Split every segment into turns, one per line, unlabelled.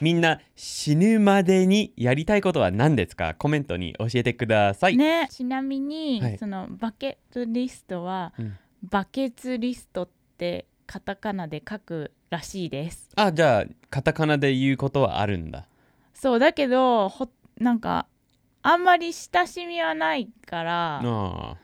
みんな死ぬまでにやりたいことは何ですかコメントに教えてください、
ね、ちなみに、
はい
そのバケットリストは、
うん
バケツリストってカタカナで書くらしいです
あじゃあカタカナで言うことはあるんだ
そうだけどほなんかあんまり親しみはないから
ああ
わかん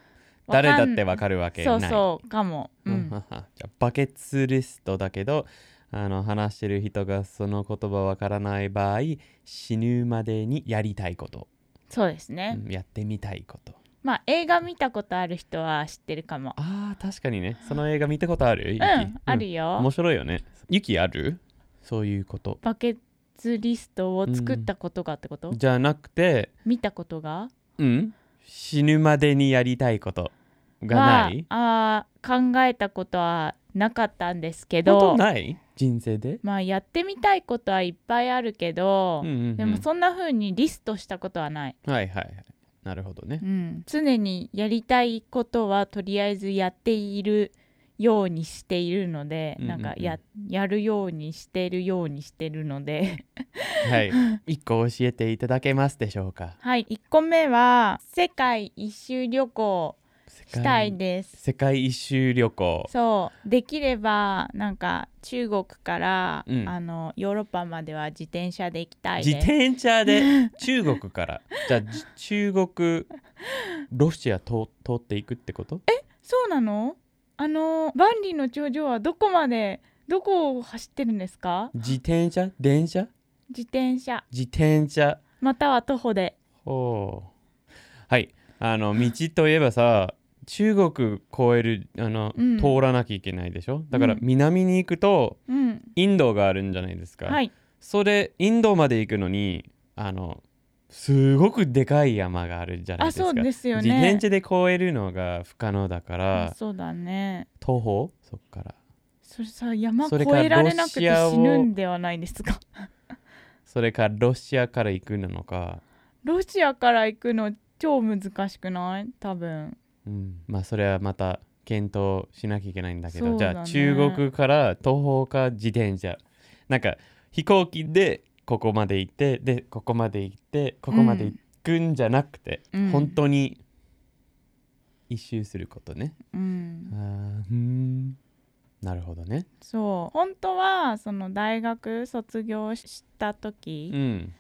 誰だってわかるわけな
そ
いう
そうかも、うん
じゃあバケツリストだけどあの話してる人がその言葉わからない場合死ぬまでにやりたいこと、
そうですね、
うんやってみたいこと
まあ映画見たことある人は知ってるかも
あー確かにねその映画見たことあるユ
う
キ
んあるよ、
面白いよねユキあるそういうこと
バケツリストを作ったことがってこと、
じゃなくて
見たことが
うん死ぬまでにやりたいことがない
はあー考えたことはなかったんですけ
こと
ど
ない人生で、
まあやってみたいことはいっぱいあるけど、
うんうんうん
でもそんな風にリストしたことはない、
はいはいはいなるほどね
うん、常にやりたいことはとりあえずやっているようにしているので、
うんうんうん
なんかややるようにしてるようにしてるので
はい一個教えていただけますでしょうか
はい1個目は世界一周旅行
世
したいです
世界一周旅行
そうできればなんか中国から、
うん
あのヨーロッパまでは自転車で行きたい
自
です
転車 で中国からじゃあじ中国ロシア通通っていくってこと
そうなのあの万里の頂上はどこまでどこを走ってるんですか
自転車電車
自転車
自転車
または徒歩で
ほうはいあの道といえばさ中国越えるあの、
うん
通らなきゃいけないでしょだから
うん
南に行くと
うん
インドがあるんじゃないですか、
はい
それインドまで行くのにあのすごくでかい山があるじゃない
あ
ですか
そうですよ
自転
ね
車で越えるのが不可能だか
あ
ら
そうだね
徒歩そっから
それさ山
そ
越
れから
えられなくて
ロシアを
死ぬんではないですか
それかロシアから行くなのか、
ロシアから行くの超難しくない多分
うん、まあそれはまた検討しなきゃいけないんだけど
そう
じ
だね
ゃあ中国から徒歩か自転車なんか飛行機でここまで行ってでここまで行ってここまで行くんじゃなくて、
うん
本当に一周することね、
うん
あーうーんなるほどね
そう本当はその大学卒業した
う
時
ん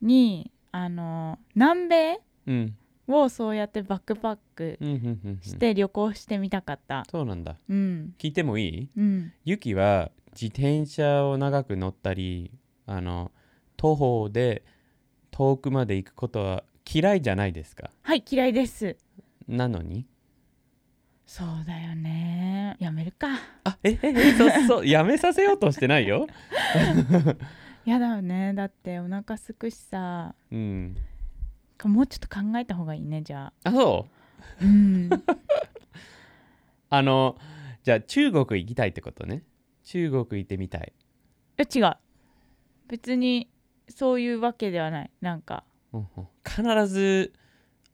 に、あの南米
うん
をそうやってバックパック
うんうんうんうん
して旅行してみたかった
そうなんだ
うん
聞いてもいい
うん
ユキは自転車を長く乗ったりあの徒歩で遠くまで行くことは嫌いじゃないですか
はい嫌いです
なのに
そうだよねやめるか
あえええそうそうやめさせようとしてないよ、
やだよねだってお腹すくしさ
うん、
もうちょっと考えた方がいいねじゃあ
あそう
うん
あのじゃあ中国行きたいってことね中国行ってみたい
え違う別にそういうわけではないなんか
うんうん必ず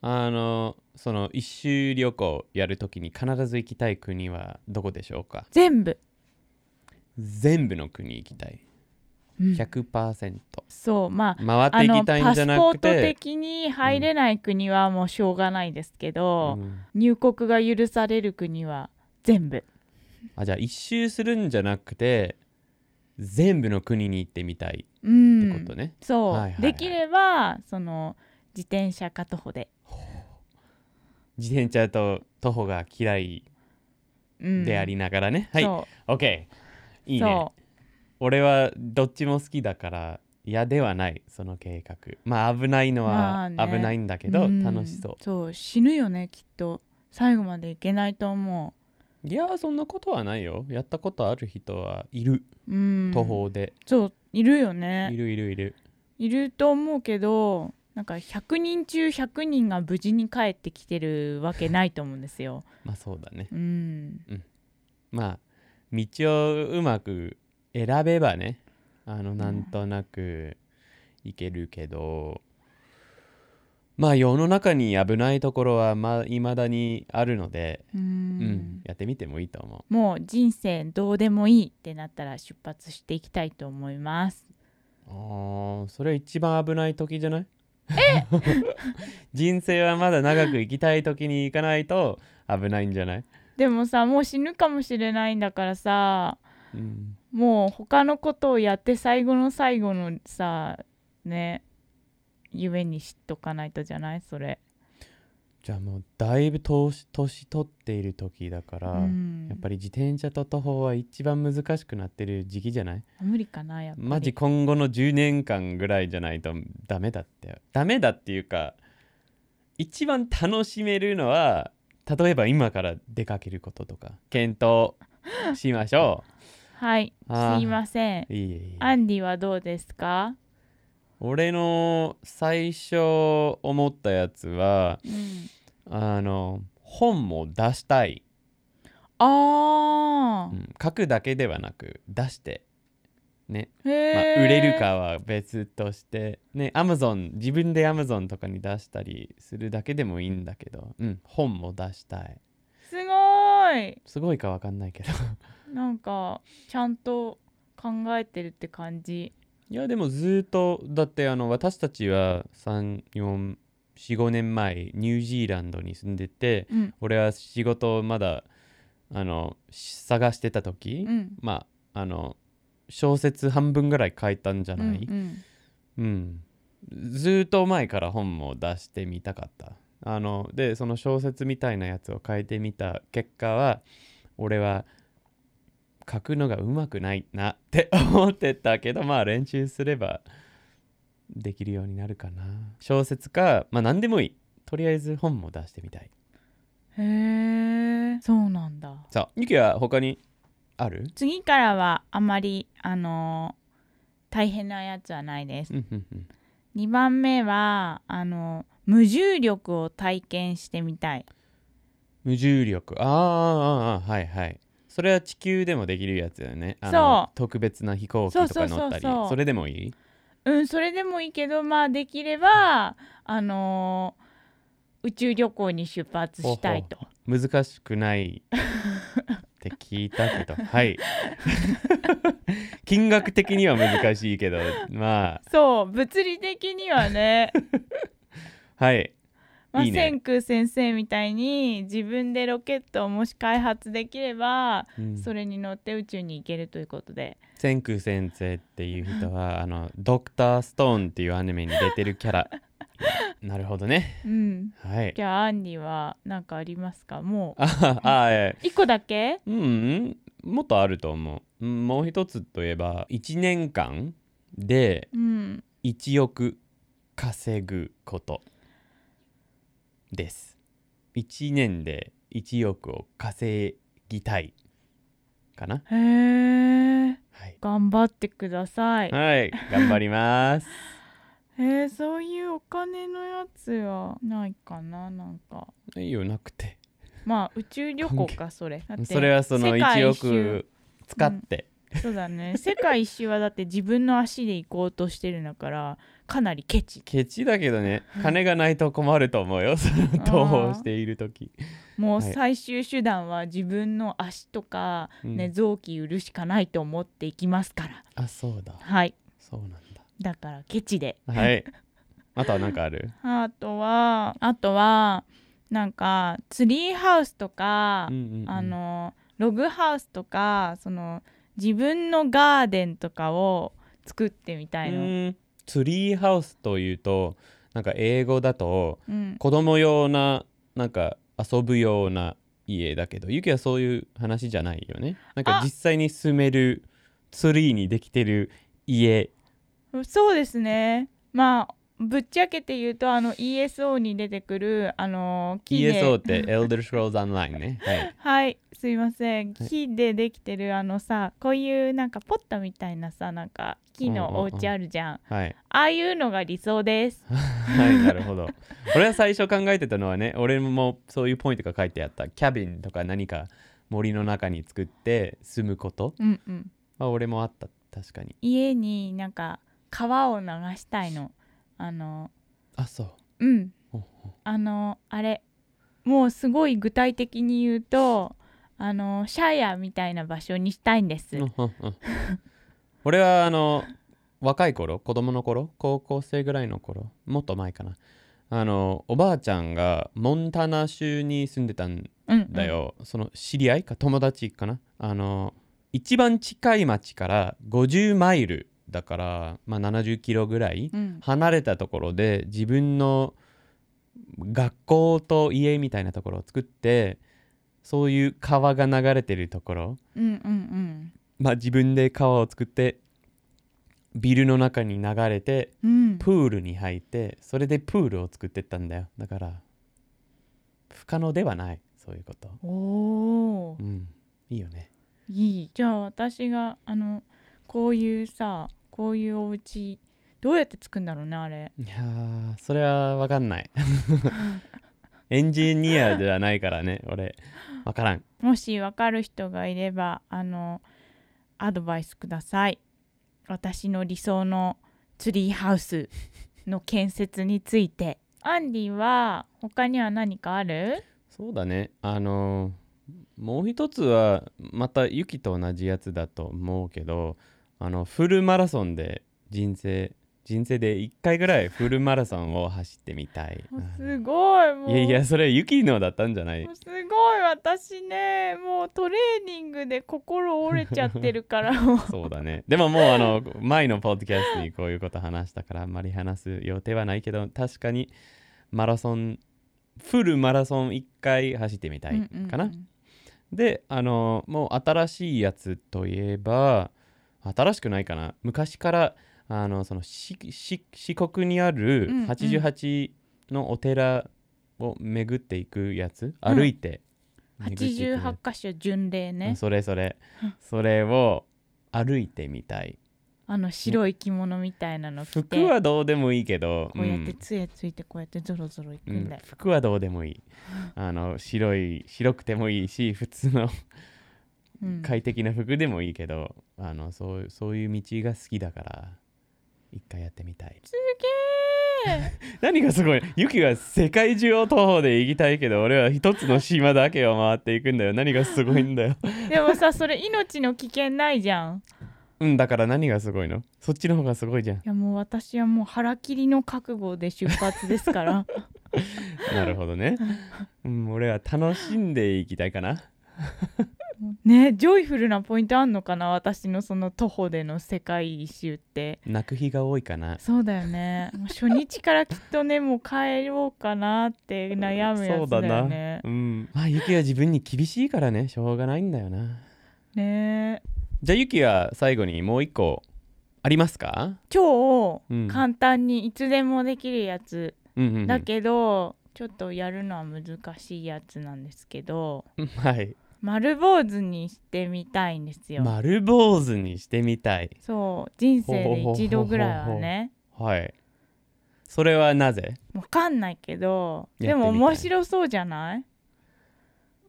あのその一周旅行やるときに必ず行きたい国はどこでしょうか
全部、
全部の国行きたい
うん
100%
そうまあ
回って
あ
い
の
きたいん
パ
じ
ス
ゃ
ポ
な
ー
く
ト
て、
的に入れない国はもうしょうがないですけど、
うん
入国が許される国は全部
あじゃあ一周するんじゃなくて全部の国に行ってみたい
うん
ってことね、
そ
はい
う、
はいはい
できればその自転車か徒歩で、
自転車と徒歩が嫌い
うん、
でありながらね、はい
そ
OK
う
いいね
そう
俺はどっちも好きだから嫌ではないその計画まあ危ないの
まあ
は
ね
危ないんだけど、
うん
楽しそう
そう死ぬよねきっと最後までいけないと思
いやそんなことはないよやったことある人はいる
う、うん、
徒歩で、
そういるよ
い
ね
るいるいる
いると思うけどなんか100人中100人が無事に帰ってきてるわけないと思うんで すよ、
まあそうだね
うん、
まあ道をうまく選べばねあのなんとなくいけるけど、まあ世の中に危ないところはま未だにあるので、
うーん
うんやってみてもいいと思
もう人生どうでもいいってなったら出発していきたいと思います。
あーそれ一番危ない時じゃない 人生はまだ長く生きたい時に行かないと危ないんじゃない、
でもさもう死ぬかもしれないんだからさ
うん、
もう他のことをやって最後の最後のさね夢にしとかないとじゃないそれ、
じゃあもうだいぶ年年取っている時だから、
うん
やっぱり自転車と徒歩は一番難しくなってる時期じゃない
無理かなやっぱり
マジ今後の10年間ぐらいじゃないとダメだってダメだっていうか一番楽しめるのは例えば今から出かけることとか検討しましょ
はいうすいません
せんいえいえいえ
アンディはどうですか、
俺の最初思ったやつは
うん、
あの本も出したい、
あ
う
ー、
ん書くだけではなく出してね
へ
まあ、
ー
売れるかは別としてね Amazon 自分で Amazon とかに出したりするだけでもいいんだけど、うん、本も出したい
すごーい
すごいかわかんないけど
なんかちゃんと考えてるって感じ
いやでもずーっとだってあの私たちは345年前ニュージーランドに住んでて
うん
俺は仕事をまだあのし探してた時、
うん
まああの小説半分ぐらい書いたんじゃ
う
ない、
んうん
うん、ずーっと前から本も出してみたかったあのでその小説みたいなやつを書いてみた結果は俺は書くのがうまくないなって思ってたけどまあ練習すればできるようになるかな小説かまあ何でもいいとりあえず本も出してみたい
へえそうなんだ
さあゆきは他にある
次からはあまりあのー大変なやつはないです
うんうんうん
2番目はあの無重力を体験してみたい
無重力あーあーあーはいはいそれは地球でもできるやつだよねあの
そう
特別な飛行機と
そ
か
うそう
乗
そうそう
ったりそれでもいい
うんそれでもいいけどまあできればあのー宇宙旅行に出発したいと
難しくないって聞いたけ どはい金額的には難しいけどま
そう物理的にはね
あはい
まあ、
いいね
千空先生みたいに自分でロケットをもし開発できれば、
うん
それに乗って宇宙に行けるということで
千空先生っていう人はあのドクターストーンっていうアニメに出てるキャ ラなるほどね
うん
はい
じゃあアンディは何かありますかもう
ああいや
1個だけ
うんうん、もっとあると思ううんもう一つといえば1年間で
うん
1億稼ぐことです1年で1億を稼ぎたいかな
へえ
はい、
頑張ってください
はい、頑張ります
へえそういうお金のやつはないかななんか
いいよなくて
まあ宇宙旅行
関
かそれだって
それはその
世界
1
一周
億使って、
そうだね世界一周はだって自分の足で行こうとしてるんだからかなりケチ
ケチだけどね金がないと困ると思うよその逃亡している時、
もう
はい
最終手段は自分の足とか、
うん
ね臓器売るしかないと思っていきますから
あそうだ
はい
そうなんだ
だからケチで
はい。あとは何かある
あとはあとはなんかツリーハウスとか、あのログハウスとかその自分のガーデンとかを作ってみたいの、
ツリーハウスというとなんか英語だと
うん、
子供用ななんか遊ぶような家だけどゆきはそういう話じゃないよねなんか
あ
実際に住めるツリーにできてる家
そうですねまあぶっちゃけて言うとあの ESO に出てくるあの木で
ESO って Elder Scrolls Online ね はい
はいすいません
はい
木でできてるあのさこういうなんかポットみたいなさなんか
う
木
んうん
のお
うん
家あるじゃん,、
はい、
ああいうのが理想です
はい、なるほど俺は最初考えてたのはね俺もそういうポイントが書いてあったキャビンとか何か森の中に作って住むこと
うんうん
あ俺もあった確かに
家になんか川を流したいのあの
あそう
うん
ほう
あのあれもうすごい具体的に言うとあ のシャヤみたいな場所にしたいんです、
うんうんうん俺はあの若い頃子供の頃高校生ぐらいの頃もっと前かなあのおばあちゃんがモンタナ州に住んでたん
うんうん
だよ、その知り合いか友達かなあの一番近い町から50マイルだから、まあ、70キロぐらい
うん
離れたところで自分の学校と家みたいなところを作ってそういう川が流れてるところ
うんうん
まあ自分で川を作ってビルの中に流れて
うんうん
プールに入ってそれでプールを作ってったんだよだから不可能ではないそういうこと
おー
うんいいよね
いいじゃあ私があのこういうさこういうお家どうやって作るんだろうねあれ
いやーそれは分かんないエンジニアではないからね俺分からん
もし分かる人がいればあのアドバイスください私の理想のツリーハウスの建設についてアンディは他には何かある
そうだねあのーもう一つはまたユキと同じやつだと思うけどあのフルマラソンで人生人生で1回ぐらいフルマラソンを走ってみたい
すごいもう
いやいやそれユキのだったんじゃない
もうすごい私ねもうトレーニングで心折れちゃってるから もう
そうだねでももうあの前のポッドキャストにこういうこと話したからあんまり話す予定はないけど確かにマラソンフルマラソン1回走ってみたいかな、
うん
であのもう新しいやつといえば新しくないかな昔からあのそのしし四国にある
うんうん
88のお寺を巡っていくやつ、
うん
歩いて
うん
巡っていくやつ
88箇所巡礼
うん
ね
それそれ
うん
それを歩いてみたい
あの白い着物みたいなの着て
服はどうでもいいけど
こうやっ
ん
て杖ついてこうやってゾロゾロいく
うんん
だよ、
服はどうでもいいあの白い白くてもいいし普通の
うん
快適な服でもいいけどあのそうそういう道が好きだから一回やってみたい
すげえ
何がすごいユキは世界中を徒歩で行きたいけど俺は一つの島だけを回っていくんだよ何がすごいん だよ
でもさそれ命の危険ないじゃん
うんだから何がすごいのそっちの方がすごいじゃ ん
いやもう私はもう腹切りの覚悟で出発ですから
なるほどね、うん、俺は楽しんでいきたいかな
ねジョイフルなポイントあんのかな私のその徒歩での世界一周って
泣く日が多いかな
そうだよねもう初日からきっとねもう帰ろうかなって悩むやつだよね
うんまあユキは自分に厳しいからねしょうがないんだよな
ね
じゃあユキは最後にもう一個ありますか、
超
うん、
簡単にいつでもできるやつ
うんうんうん
だけど、ちょっとやるのは難しいやつなんですけど
はい
丸坊主にしてみたいんですよ、
丸坊主にしてみたい
そう人生
ほほほ
で
ほほ
一度ぐらいはね
はいそれはなぜ
わかんないけど
やってみたい
でも面白そうじゃない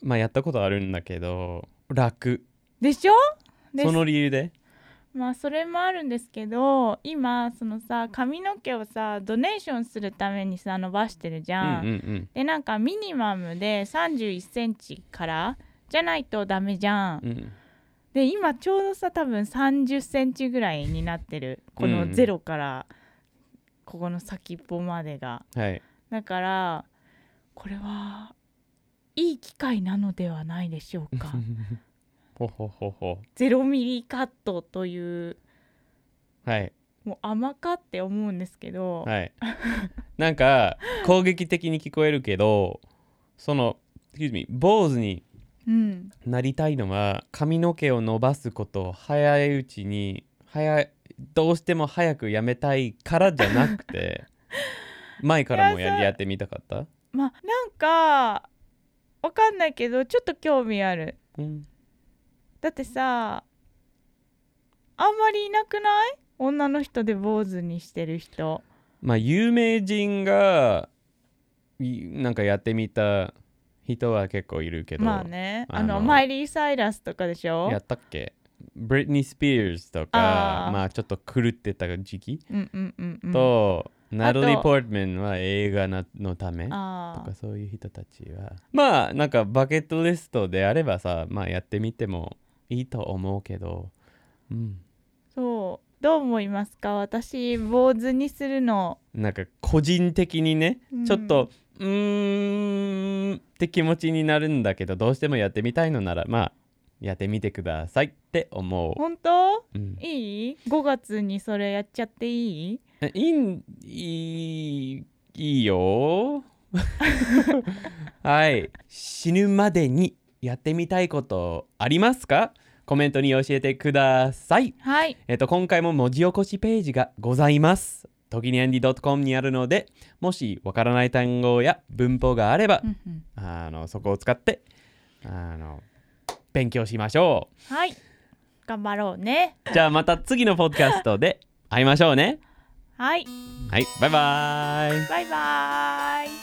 まあやったことあるんだけど楽
でしょで
その理由で
まあそれもあるんですけど今そのさ髪の毛をさドネーションするためにさ伸ばしてるじ
う
ゃん。
んうん
でなんかミニマムで3 1ンチからじゃないとダメじゃん。
うんうん
で今ちょうどさ多分3 0ンチぐらいになってるこ
う
の
ん
ゼロからここの先っぽまでが
はい
だからこれはいい機会なのではないでしょうか
ほほほほ
ゼロミリカットという
はい
もう甘かって思うんですけど、
はいなんか攻撃的に聞こえるけどその excuse me 坊主に
うん
なりたいのは髪の毛を伸ばすことを早いうちに早いどうしても早くやめたいからじゃなく て前からも
いや
や
そう
やってみたかった、
まあなんかわかんないけどちょっと興味ある
うん、
だってさあんまりいなくない女の人で坊主にしてる人
まあ有名人がいなんかやってみた人は結構いるけど、
まあねあの
あの
マイリー・サイラスとかでしょ
やったっけブリトニー・スピアーズとか
あー
まあちょっと狂ってた時期、
うんうんうんうん
とナタリー・ポートマンは映画なのためと
あ
かそういう人たちはまあなんかバケットリストであればさまあやってみてもいいと思うけどうん
ーそうどう思いますか私坊主にするの
なんか個人的にね、
うん
ちょっとうーんって気持ちになるんだけどどうしてもやってみたいのならまあやってみてくださいって思
本当
う、うん、
いい ?5 月にそれやっちゃっていい
えいいんいいいいよ はい死ぬまでにやってみたいことありますかコメントに教えてください
はい
えっと、今回も文字起こしページがございます。ときにアンディ .com にあるので、もしわからない単語や文法があれば、
うんうん
あのそこを使ってあの勉強しましょ
はい頑張ろうね
う。じゃあまた次のポッドキャストで会いましょうね。
はい
はい、バイバイ。
バイバーイ